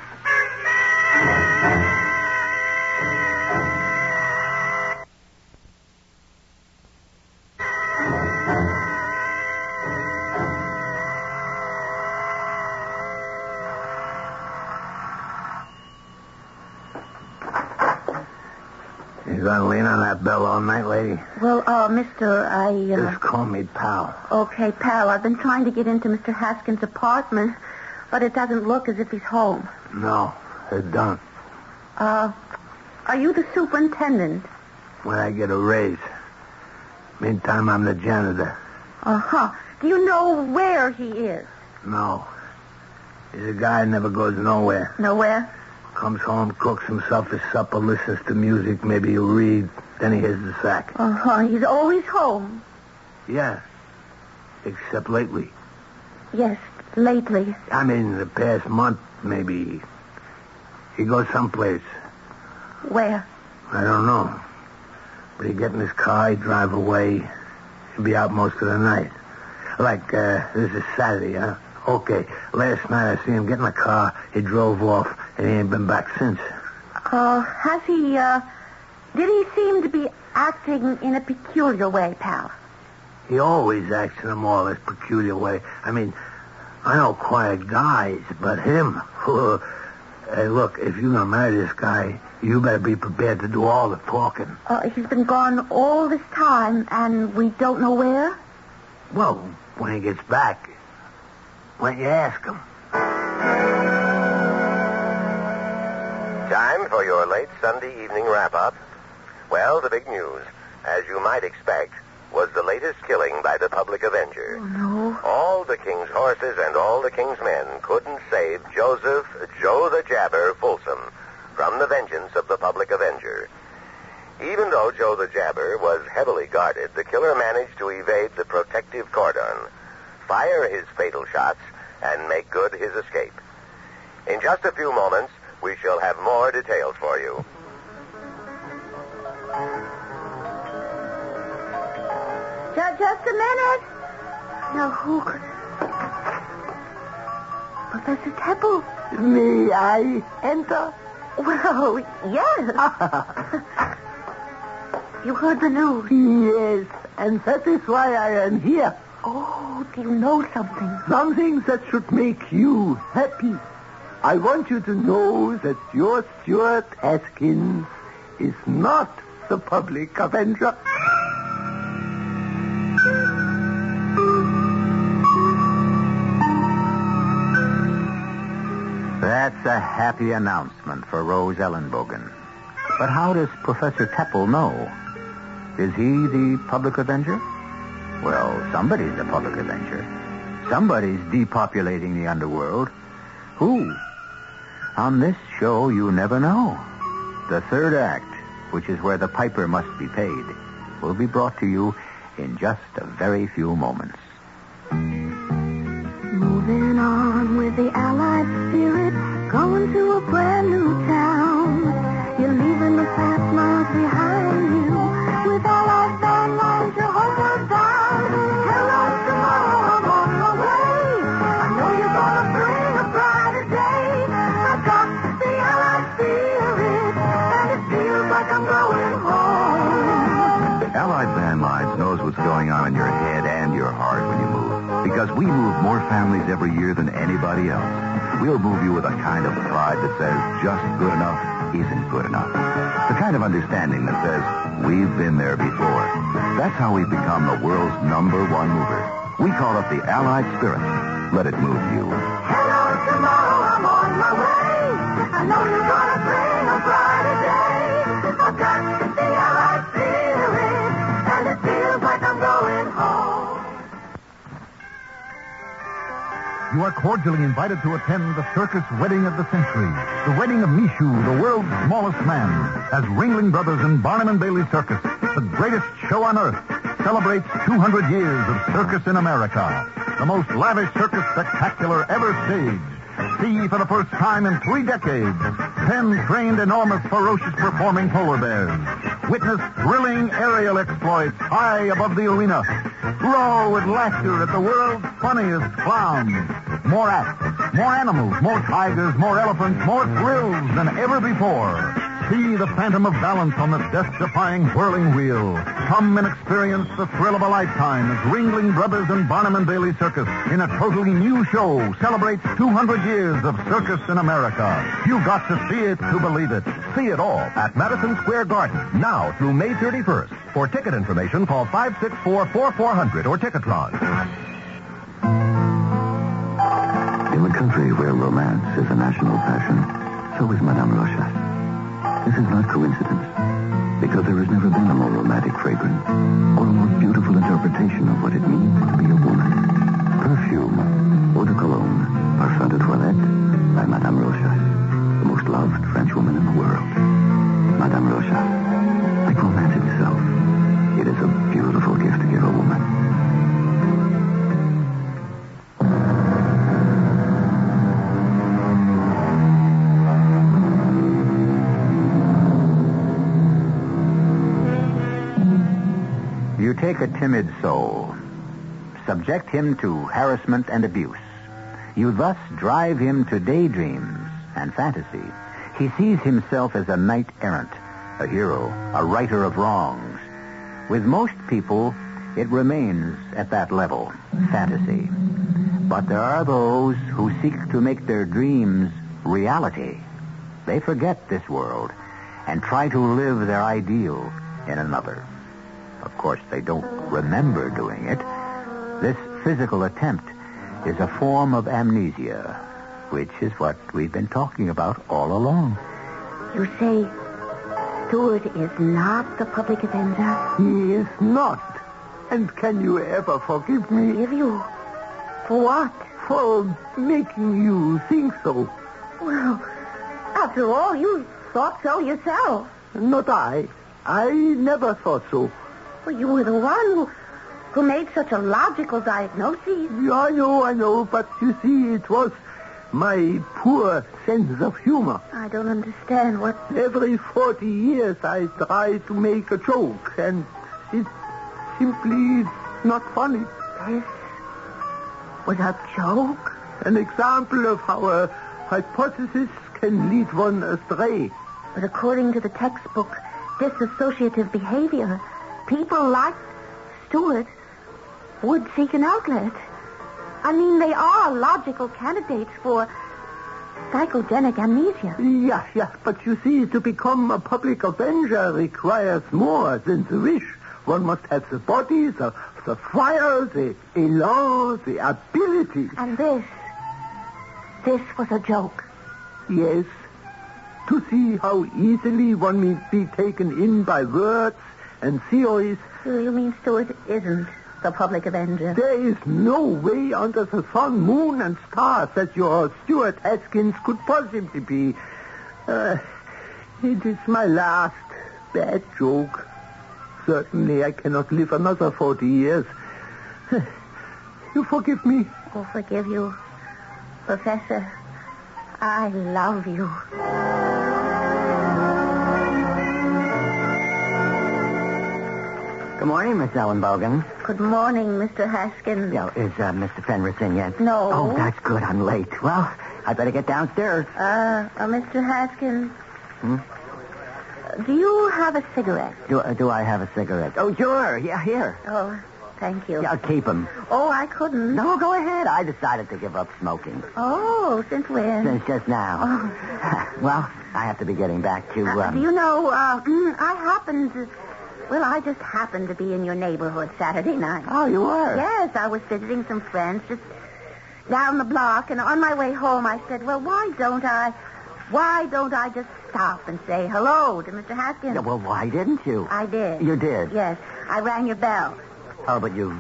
Speaker 11: You gonna lean on that bell all night, lady?
Speaker 3: Well, uh, Mr., I,
Speaker 11: Just call me pal.
Speaker 3: Okay, pal, I've been trying to get into Mr. Haskins' apartment, but it doesn't look as if he's home.
Speaker 11: No, it don't.
Speaker 3: Uh, are you the superintendent?
Speaker 11: When I get a raise. Meantime, I'm the janitor.
Speaker 3: Uh-huh. Do you know where he is?
Speaker 11: No. He's a guy never goes nowhere.
Speaker 3: Nowhere?
Speaker 11: Comes home, cooks himself his supper, listens to music, maybe he'll read, then he hits the sack.
Speaker 3: Uh-huh. He's always home.
Speaker 11: Yeah. Except lately.
Speaker 3: Yes, lately.
Speaker 11: I mean, the past month, maybe. He goes someplace.
Speaker 3: Where?
Speaker 11: I don't know. But he'd get in his car, he'd drive away. He'd be out most of the night. Like, uh, this is Saturday, huh? Okay, last night I see him get in the car, he drove off, and he ain't been back since.
Speaker 3: Uh, has he, uh, did he seem to be acting in a peculiar way, pal?
Speaker 11: He always acts in a more or less peculiar way. I mean, I know quiet guys, but him. hey, look, if you're gonna marry this guy, you better be prepared to do all the talking.
Speaker 3: Uh, he's been gone all this time, and we don't know where?
Speaker 11: Well, when he gets back, when you ask him.
Speaker 2: Time for your late Sunday evening wrap up. Well, the big news, as you might expect, was the latest killing by the public avenger.
Speaker 3: No.
Speaker 2: All the king's horses and all the king's men couldn't save Joseph Joe the Jabber Folsom from the vengeance of the public avenger. Even though Joe the Jabber was heavily guarded, the killer managed to evade the protective cordon, fire his fatal shots, and make good his escape. In just a few moments, we shall have more details for you.
Speaker 3: Just, just a minute. Now, who could... Professor Temple.
Speaker 10: May I enter?
Speaker 3: Well, yes. you heard the news.
Speaker 10: Yes, and that is why I am here.
Speaker 3: Oh, do you know something?
Speaker 10: Something that should make you happy. I want you to know that your Stuart Haskins is not the public avenger.
Speaker 1: That's a happy announcement for Rose Ellenbogen. But how does Professor Keppel know? Is he the public avenger? Well, somebody's the public avenger. Somebody's depopulating the underworld. Who? On this show, you never know. The third act, which is where the piper must be paid, will be brought to you in just a very few moments.
Speaker 3: Moving on with the allied spirit, going to a brand new town. You're leaving the past miles behind you. With allied van lines, your hope was down. Hello, tomorrow, I'm on my way. I know you're gonna bring a brighter day. I've got the allied spirit, and it feels like I'm going home.
Speaker 12: Allied Van Lines knows what's going on in your head and your heart when you move. Because we move more families every year than anybody else. We'll move you with a kind of pride that says just good enough isn't good enough. The kind of understanding that says we've been there before. That's how we become the world's number one mover. We call it the Allied Spirit. Let it move you.
Speaker 3: Hello, tomorrow, I'm on my way. I know you're gonna bring a brighter day. I've got the allied spirit, and it feels like I'm going home.
Speaker 12: You are cordially invited to attend the circus wedding of the century, the wedding of Mishu, the world's smallest man, as Ringling Brothers and Barnum and Bailey Circus, the greatest show on earth, celebrates 200 years of circus in America, the most lavish circus spectacular ever staged. See for the first time in three decades, ten trained, enormous, ferocious performing polar bears. Witness thrilling aerial exploits high above the arena, Roar with laughter at the world's funniest clowns. More acts, more animals, more tigers, more elephants, more thrills than ever before. See the phantom of balance on the death-defying whirling wheel. Come and experience the thrill of a lifetime as Ringling Brothers and Barnum and Bailey Circus in a totally new show celebrates 200 years of circus in America. You got to see it to believe it. See it all at Madison Square Garden now through May 31st. For ticket information, call 564-4400 or Ticketron.
Speaker 1: In the country where romance is a national passion, so is Madame Rocha. This is not coincidence, because there has never been a more romantic fragrance or a more beautiful interpretation of what it means to be a woman. Perfume, eau de cologne, parfum de toilette by Madame Rocha, the most loved French woman in the world. Madame Rocha, like romance itself, it is a beautiful gift to give a woman. You take a timid soul, subject him to harassment and abuse. You thus drive him to daydreams and fantasy. He sees himself as a knight errant, a hero, a righter of wrongs. With most people, it remains at that level, fantasy. But there are those who seek to make their dreams reality. They forget this world and try to live their ideal in another. Of course, they don't remember doing it. This physical attempt is a form of amnesia, which is what we've been talking about all along.
Speaker 3: You say Stuart is not the public avenger?
Speaker 10: He is not. And can you ever forgive me
Speaker 3: Forgive you. For what?
Speaker 10: for making you think so?
Speaker 3: Well, after all, you thought so yourself.
Speaker 10: Not I. I never thought so.
Speaker 3: Well, you were the one who, who made such a logical diagnosis.
Speaker 10: I know, I know, but you see, it was my poor sense of humor.
Speaker 3: I don't understand what.
Speaker 10: Every 40 years I try to make a joke, and it's simply not funny.
Speaker 3: This was a joke?
Speaker 10: An example of how a hypothesis can lead one astray.
Speaker 3: But according to the textbook, disassociative behavior, people like Stewart would seek an outlet. I mean, they are logical candidates for psychogenic amnesia.
Speaker 10: Yeah, yeah, but you see, to become a public avenger requires more than the wish. One must have the body, the, the fire, the elan, the ability.
Speaker 3: And this, this was a joke.
Speaker 10: yes. To see how easily one may be taken in by words and theories,
Speaker 3: Oh, You mean Stuart isn't the public avenger?
Speaker 10: there is no way under the sun, moon, and stars that your Stuart Haskins could possibly be. Uh, it is my last bad joke. Certainly, I cannot live another 40 years. You forgive me?
Speaker 3: Oh, forgive you, Professor. I love you.
Speaker 4: Good morning, Miss Ellen Bogan.
Speaker 3: Good morning, Mr. Haskins.
Speaker 4: Yeah, is uh, Mr. Fenris in yet?
Speaker 3: No.
Speaker 4: Oh, that's good. I'm late. Well, I better get downstairs. Hmm?
Speaker 3: Uh, uh, Mr. Haskins. Uh, Do you have a cigarette?
Speaker 4: Do, uh, do I have a cigarette? Oh, sure. Yeah, here.
Speaker 3: Oh, thank you.
Speaker 4: Yeah, keep 'em.
Speaker 3: Oh, I couldn't.
Speaker 4: No, go ahead. I decided to give up smoking
Speaker 3: Oh, since when?
Speaker 4: since just now. well, I have to be getting back to.
Speaker 3: Uh,
Speaker 4: Um,
Speaker 3: do you know, uh, I happened to... Well, I just happened to be in your neighborhood Saturday night.
Speaker 4: Oh, you were.
Speaker 3: Yes, I was visiting some friends just down the block, and on my way home I said, well, why don't I... Why don't I just stop and say hello to Mr. Haskins?
Speaker 4: Yeah, well, why didn't you?
Speaker 3: I did.
Speaker 4: You did.
Speaker 3: Yes, I rang your bell,
Speaker 4: Oh, but you,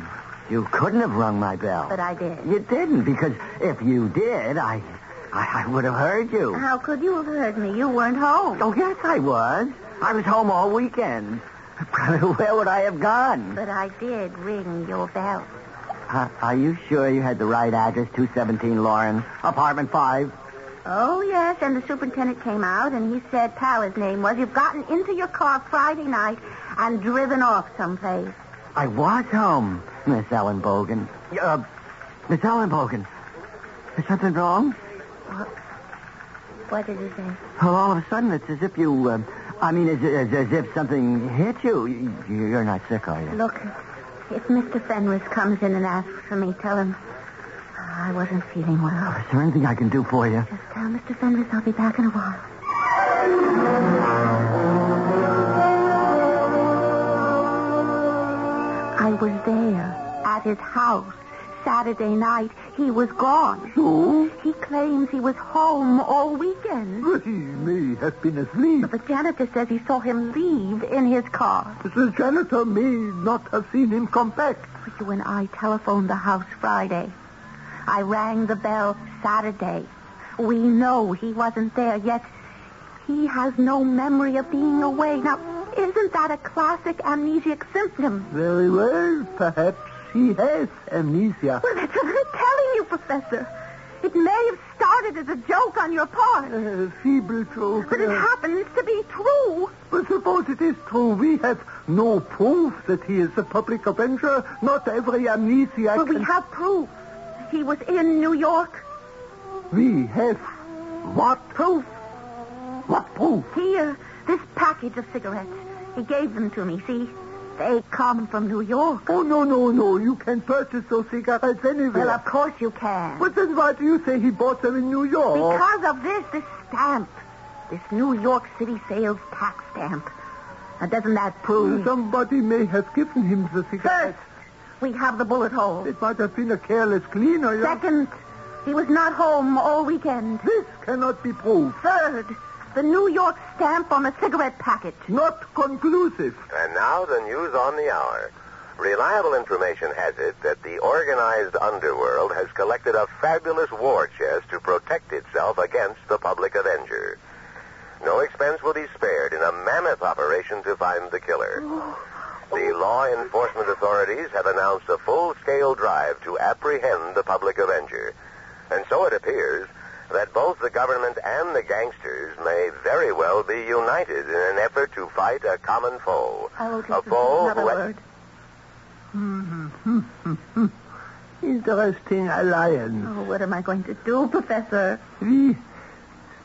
Speaker 4: you couldn't have rung my bell.
Speaker 3: but I did.
Speaker 4: You didn't because if you did, I, I, I would have heard you.
Speaker 3: How could you have heard me? You weren't home.
Speaker 4: Oh, yes, I was. I was home all weekend. Where would I have gone?
Speaker 3: But I did ring your bell.
Speaker 4: Uh, are you sure you had the right address, 217 Lauren, apartment 5?
Speaker 3: Oh, yes, and the superintendent came out, and he said Powell's name was. You've gotten into your car Friday night and driven off someplace.
Speaker 4: I was home, Miss Ellen Bogan. Uh, Miss Ellen Bogan, is something wrong?
Speaker 3: What did he say?
Speaker 4: Well, Oh, all of a sudden, it's as if you, uh, I mean, as, as, as if something hit you. You- You're not sick, are you?
Speaker 3: Look, if Mr. Fenris comes in and asks for me, tell him "Ah, I wasn't feeling well.
Speaker 4: Is there anything I can do for you?
Speaker 3: Just tell Mr. Fenris I'll be back in a while. I was there at his house Saturday night. He was gone.
Speaker 10: So?
Speaker 3: He claims he was home all weekend.
Speaker 10: But he may have been asleep.
Speaker 3: The janitor says he saw him leave in his car.
Speaker 10: The janitor may not have seen him come back.
Speaker 3: You and I telephoned the house Friday. I rang the bell Saturday. We know he wasn't there, yet he has no memory of being away. Now, isn't that a classic amnesiac symptom?
Speaker 10: Very well, perhaps he has amnesia.
Speaker 3: Well, that's what I'm telling you, Professor. It may have started as a joke on your part,
Speaker 10: A feeble joke.
Speaker 3: but it
Speaker 10: uh,
Speaker 3: happens to be true.
Speaker 10: But suppose it is true. We have no proof that he is a public avenger. Not every amnesiac.
Speaker 3: But we
Speaker 10: can-
Speaker 3: have proof. He was in New York.
Speaker 10: We have what proof? What proof?
Speaker 3: Here, this package of cigarettes. He gave them to me, see? They come from New York.
Speaker 10: Oh no no no! You can purchase those cigarettes anywhere.
Speaker 3: Well, of course you can.
Speaker 10: But then why do you say he bought them in New York?
Speaker 3: Because of this, this stamp. This New York City sales tax stamp. Now, doesn't that prove?
Speaker 10: Somebody may have given him the cigarettes.
Speaker 3: We have the bullet hole.
Speaker 10: It might have been a careless cleaner. you-
Speaker 3: Second, he was not home all weekend.
Speaker 10: This cannot be proved.
Speaker 3: Third, the New York stamp on the cigarette package.
Speaker 10: Not conclusive.
Speaker 2: And now the news on the hour. Reliable information has it that the organized underworld has collected a fabulous war chest to protect itself against the public avenger. No expense will be spared in a mammoth operation to find the killer. The law enforcement authorities have announced a full-scale drive to apprehend the public avenger. And so it appears that both the government and the gangsters may very well be united in an effort to fight a common foe. a foe who has-
Speaker 10: Interesting alliance.
Speaker 3: Oh, what am I going to do, Professor?
Speaker 10: We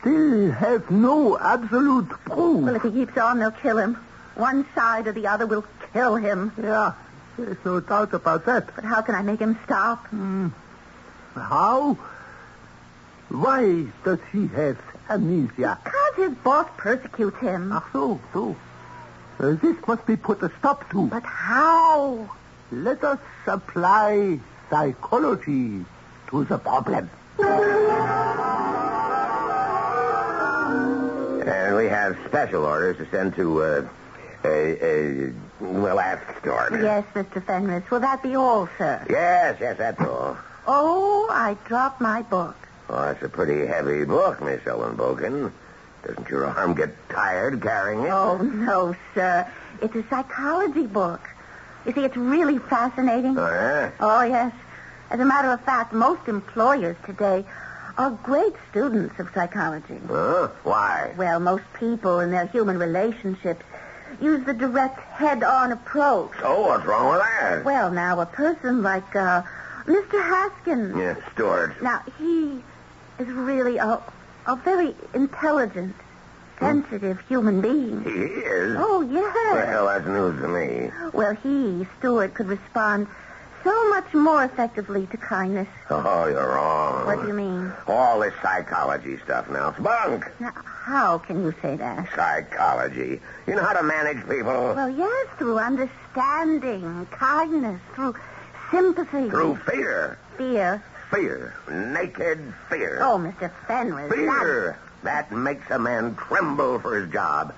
Speaker 10: still have no absolute proof.
Speaker 3: Well, if he keeps on, they'll kill him. One side or the other will kill him.
Speaker 10: yeah, there's no doubt about that. Mm.
Speaker 3: But how can I make him stop?
Speaker 10: How? Why does he have amnesia?
Speaker 3: Because his boss persecutes him.
Speaker 10: Ah, so, so. Uh, this must be put a stop to.
Speaker 3: But how?
Speaker 10: Let us apply psychology to the problem.
Speaker 2: And Uh, we have special orders to send to, uh, a, a, well, Astorg.
Speaker 3: Yes, Mr. Fenris. Will that be all, sir?
Speaker 2: Yes, yes, that's all.
Speaker 3: Oh, I dropped my book.
Speaker 2: Oh, that's a pretty heavy book, Miss Ellen Bogan. Doesn't your arm get tired carrying it?
Speaker 3: Oh, no, sir. It's a psychology book. You see, it's really fascinating.
Speaker 2: Oh, yeah?
Speaker 3: Oh, yes. As a matter of fact, most employers today are great students of psychology.
Speaker 2: Huh? Oh, Why?
Speaker 3: Well, most people in their human relationships use the direct head-on approach.
Speaker 2: Oh, what's wrong with that?
Speaker 3: Well, now, a person like, uh, Mr. Haskins.
Speaker 2: Yeah, Stuart.
Speaker 3: Now, he is really a, a very intelligent, sensitive human being.
Speaker 2: He is.
Speaker 3: Oh, yes.
Speaker 2: Well, that's news to me.
Speaker 3: Well, he, Stuart, could respond so much more effectively to kindness.
Speaker 2: Oh, you're wrong.
Speaker 3: What do you mean?
Speaker 2: All this psychology stuff now. It's bunk.
Speaker 3: Now, how can you say that?
Speaker 2: Psychology. You know how to manage people
Speaker 3: Well, yes, through understanding, kindness, through sympathy,
Speaker 2: through fear.
Speaker 3: fear.
Speaker 2: Fear. Naked fear.
Speaker 3: Oh, Mr. Fenris.
Speaker 2: Fear. That makes a man tremble for his job.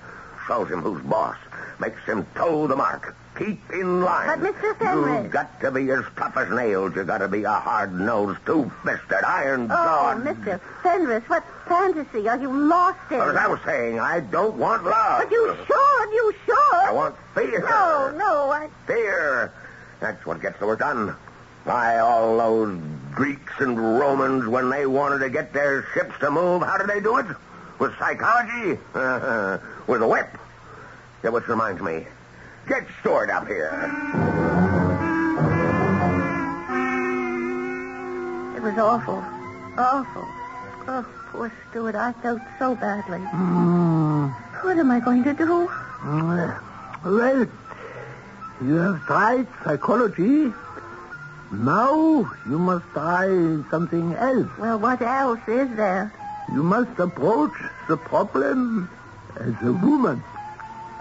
Speaker 2: Shows him who's boss. Makes him toe the mark. Keep in line.
Speaker 3: But, Mr. Fenwick-
Speaker 2: You've got to be as tough as nails. You've got to be a hard-nosed, two-fisted,
Speaker 3: that- Oh,
Speaker 2: iron-jawed...
Speaker 3: Mr. Fenris, what fantasy are you lost in?
Speaker 2: As I was saying, I don't want love.
Speaker 3: But you should, you should.
Speaker 2: I want fear.
Speaker 3: No, no, I...
Speaker 2: Fear. That's what gets the work done. Why, all those Greeks and Romans, when they wanted to get their ships to move, how did they do it? With psychology? With a whip. Yeah, which reminds me. Get stored up here.
Speaker 3: It was awful, awful. Oh, poor Stuart, I felt so badly.
Speaker 6: Mm.
Speaker 3: What am I going to do?
Speaker 10: Well, you have tried psychology. Now you must try something else.
Speaker 3: Well, what else is there?
Speaker 10: You must approach the problem as a woman.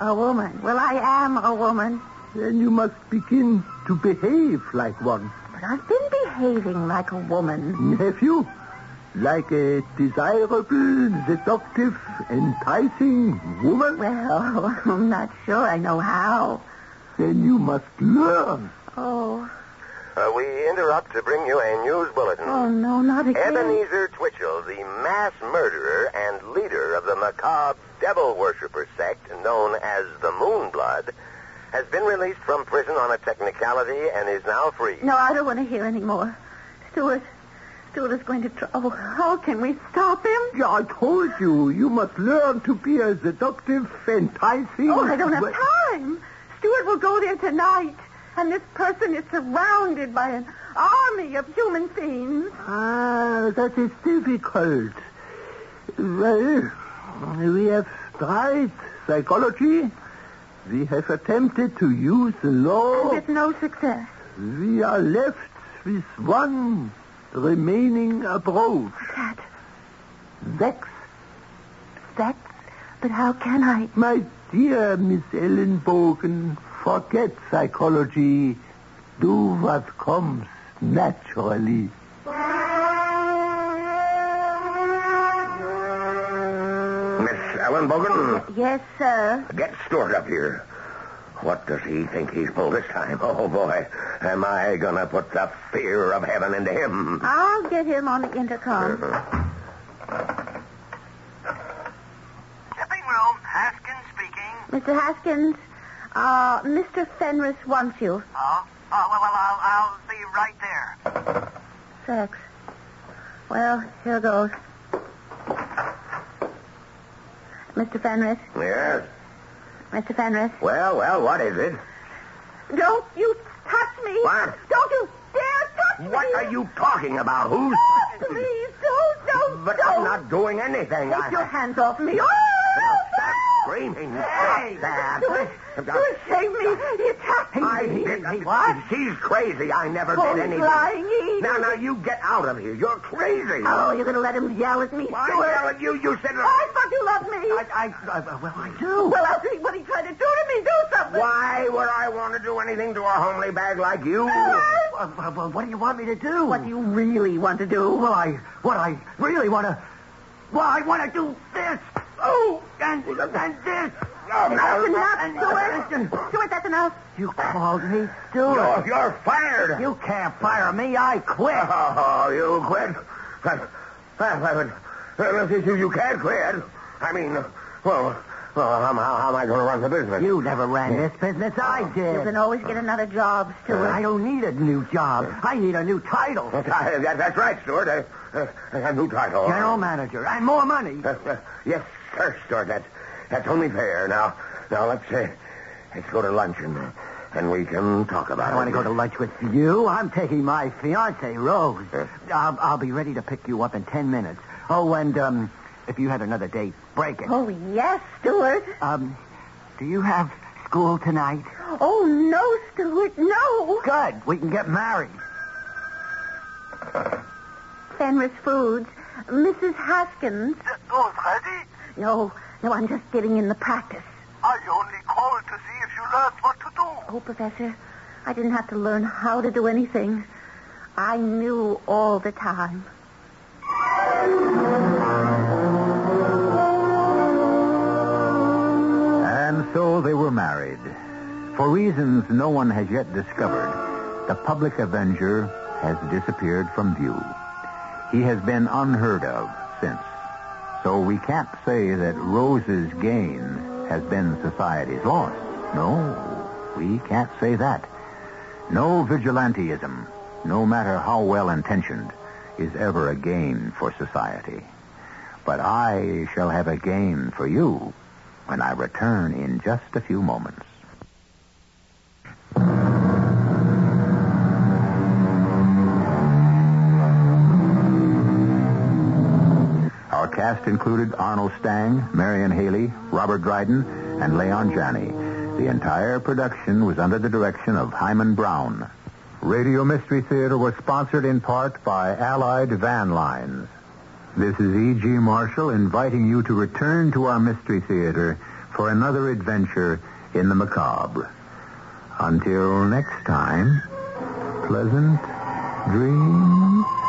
Speaker 3: A woman. Well, I am a woman.
Speaker 10: Then you must begin to behave like one.
Speaker 3: But I've been behaving like a woman.
Speaker 10: Have you? Like a desirable, seductive, enticing woman?
Speaker 3: Well, I'm not sure I know how.
Speaker 10: Then you must learn.
Speaker 3: Oh,
Speaker 2: Uh, we interrupt to bring you a news bulletin.
Speaker 3: oh no, not again.
Speaker 2: Ebenezer Twitchell, the mass murderer and leader of the macabre devil worshipper sect known as the Moonblood, has been released from prison on a technicality and is now free.
Speaker 3: No, I don't want to hear any more. Stuart, Stuart is going to trouble. How can we stop him?
Speaker 10: Yeah, I told you, you must learn to be a seductive, enticing...
Speaker 3: Oh, I don't have
Speaker 10: Well,
Speaker 3: time. Stuart will go there tonight, and this person is surrounded by an army of human fiends.
Speaker 10: Ah, that is difficult. Well, we have tried psychology. We have attempted to use the law.
Speaker 3: And with no success.
Speaker 10: We are left with one remaining approach.
Speaker 3: Cat,
Speaker 10: Sex.
Speaker 3: that's... But how can I...
Speaker 10: My dear Miss Ellen Bogan, forget psychology. Do what comes naturally.
Speaker 2: Miss Ellen Bogan,
Speaker 3: Yes, sir.
Speaker 2: get Stuart up here. What does he think he's pulled this time? Oh, boy, am I going to put the fear of heaven into him.
Speaker 3: I'll get him on the intercom.
Speaker 2: Shipping room, Haskins speaking.
Speaker 3: Mr. Haskins, uh, Mr. Fenris wants you.
Speaker 2: Oh, oh well, I'll, I'll be right there.
Speaker 3: Sex. Well, here goes. Mr. Fenris,
Speaker 2: Yes?
Speaker 3: Mr. Fenris.
Speaker 2: Well, well, what is it?
Speaker 3: Don't you touch me!
Speaker 2: What?
Speaker 3: Don't you dare touch me!
Speaker 2: What are you talking about? Who's...
Speaker 3: Oh, please, don't, don't,
Speaker 2: But
Speaker 3: don't!
Speaker 2: I'm not doing anything.
Speaker 3: Take
Speaker 2: I...
Speaker 3: your hands off me! Oh!
Speaker 2: Now stop screaming.
Speaker 3: Hey,
Speaker 2: Stop that.
Speaker 3: Do it! Do it! Save me! He attacked me!
Speaker 2: I did. She's crazy. I never
Speaker 3: Oh,
Speaker 2: did anything.
Speaker 3: lying he!
Speaker 2: Now, now, you get out of here. You're crazy.
Speaker 3: Oh, you're gonna let him yell at me?
Speaker 2: Why,
Speaker 3: do it!
Speaker 2: Helen, you, you said...
Speaker 3: I thought you loved me!
Speaker 2: I, I, I, well, I do.
Speaker 3: Well, after what he tried to do to me, do something!
Speaker 2: Why would I want to do anything to a homely bag like you? Uh,
Speaker 3: Well,
Speaker 2: what do you want me to do?
Speaker 3: What do you really want to do?
Speaker 2: Well, I, what I really want to, well, I want to do this. Oh, and, and this. Oh,
Speaker 3: That's enough, Stuart. Stuart, that's enough.
Speaker 1: You called me Stuart.
Speaker 2: You're, you're fired.
Speaker 1: You can't fire me. I quit.
Speaker 2: Oh, you quit? Well, well, well, well, you, you can't quit. I mean, well, well how, how, how am I going to run the business? Oh,
Speaker 1: You never ran this business. I did.
Speaker 3: You can always
Speaker 13: Uh.
Speaker 3: get another job, Stuart.
Speaker 1: I don't need a new job. I need a new title.
Speaker 2: That- that- that's right, Stuart. A, a, a new title.
Speaker 1: General manager and more money.
Speaker 2: Uh, uh, yes, sir, Stuart. That, that's only fair. Now, now let's uh, let's go to lunch and, and we can talk about
Speaker 1: I
Speaker 2: it.
Speaker 1: want to go to lunch with you. I'm taking my fiancee, Rose. I'll, I'll be ready to pick you up in ten minutes. Oh, and um, if you had another date, break it.
Speaker 3: Oh, yes, Stuart.
Speaker 1: Um, do you have school tonight?
Speaker 3: Oh, no, Stuart, no.
Speaker 1: Good. We can get married.
Speaker 13: Uh.
Speaker 3: Fenris Foods. Mrs. Haskins.
Speaker 13: oh, Already?
Speaker 3: No, no, I'm just getting in the practice.
Speaker 13: I only called to see if you learned what to do.
Speaker 3: Oh, Professor, I didn't have to learn how to do anything. I knew all the time.
Speaker 1: And so they were married. For reasons no one has yet discovered, the public avenger has disappeared from view. He has been unheard of since. So we can't say that Rose's gain has been society's loss. No, we can't say that. No vigilanteism, no matter how well intentioned, is ever a gain for society. But I shall have a gain for you when I return in just a few moments. Our cast included Arnold Stang, Marion Haley, Robert Dryden, and Leon Janney. The entire production was under the direction of Hyman Brown. Radio Mystery Theater was sponsored in part by Allied Van Lines. This is E.G. Marshall inviting you to return to our Mystery Theater for another adventure in the macabre. Until next time, pleasant dreams.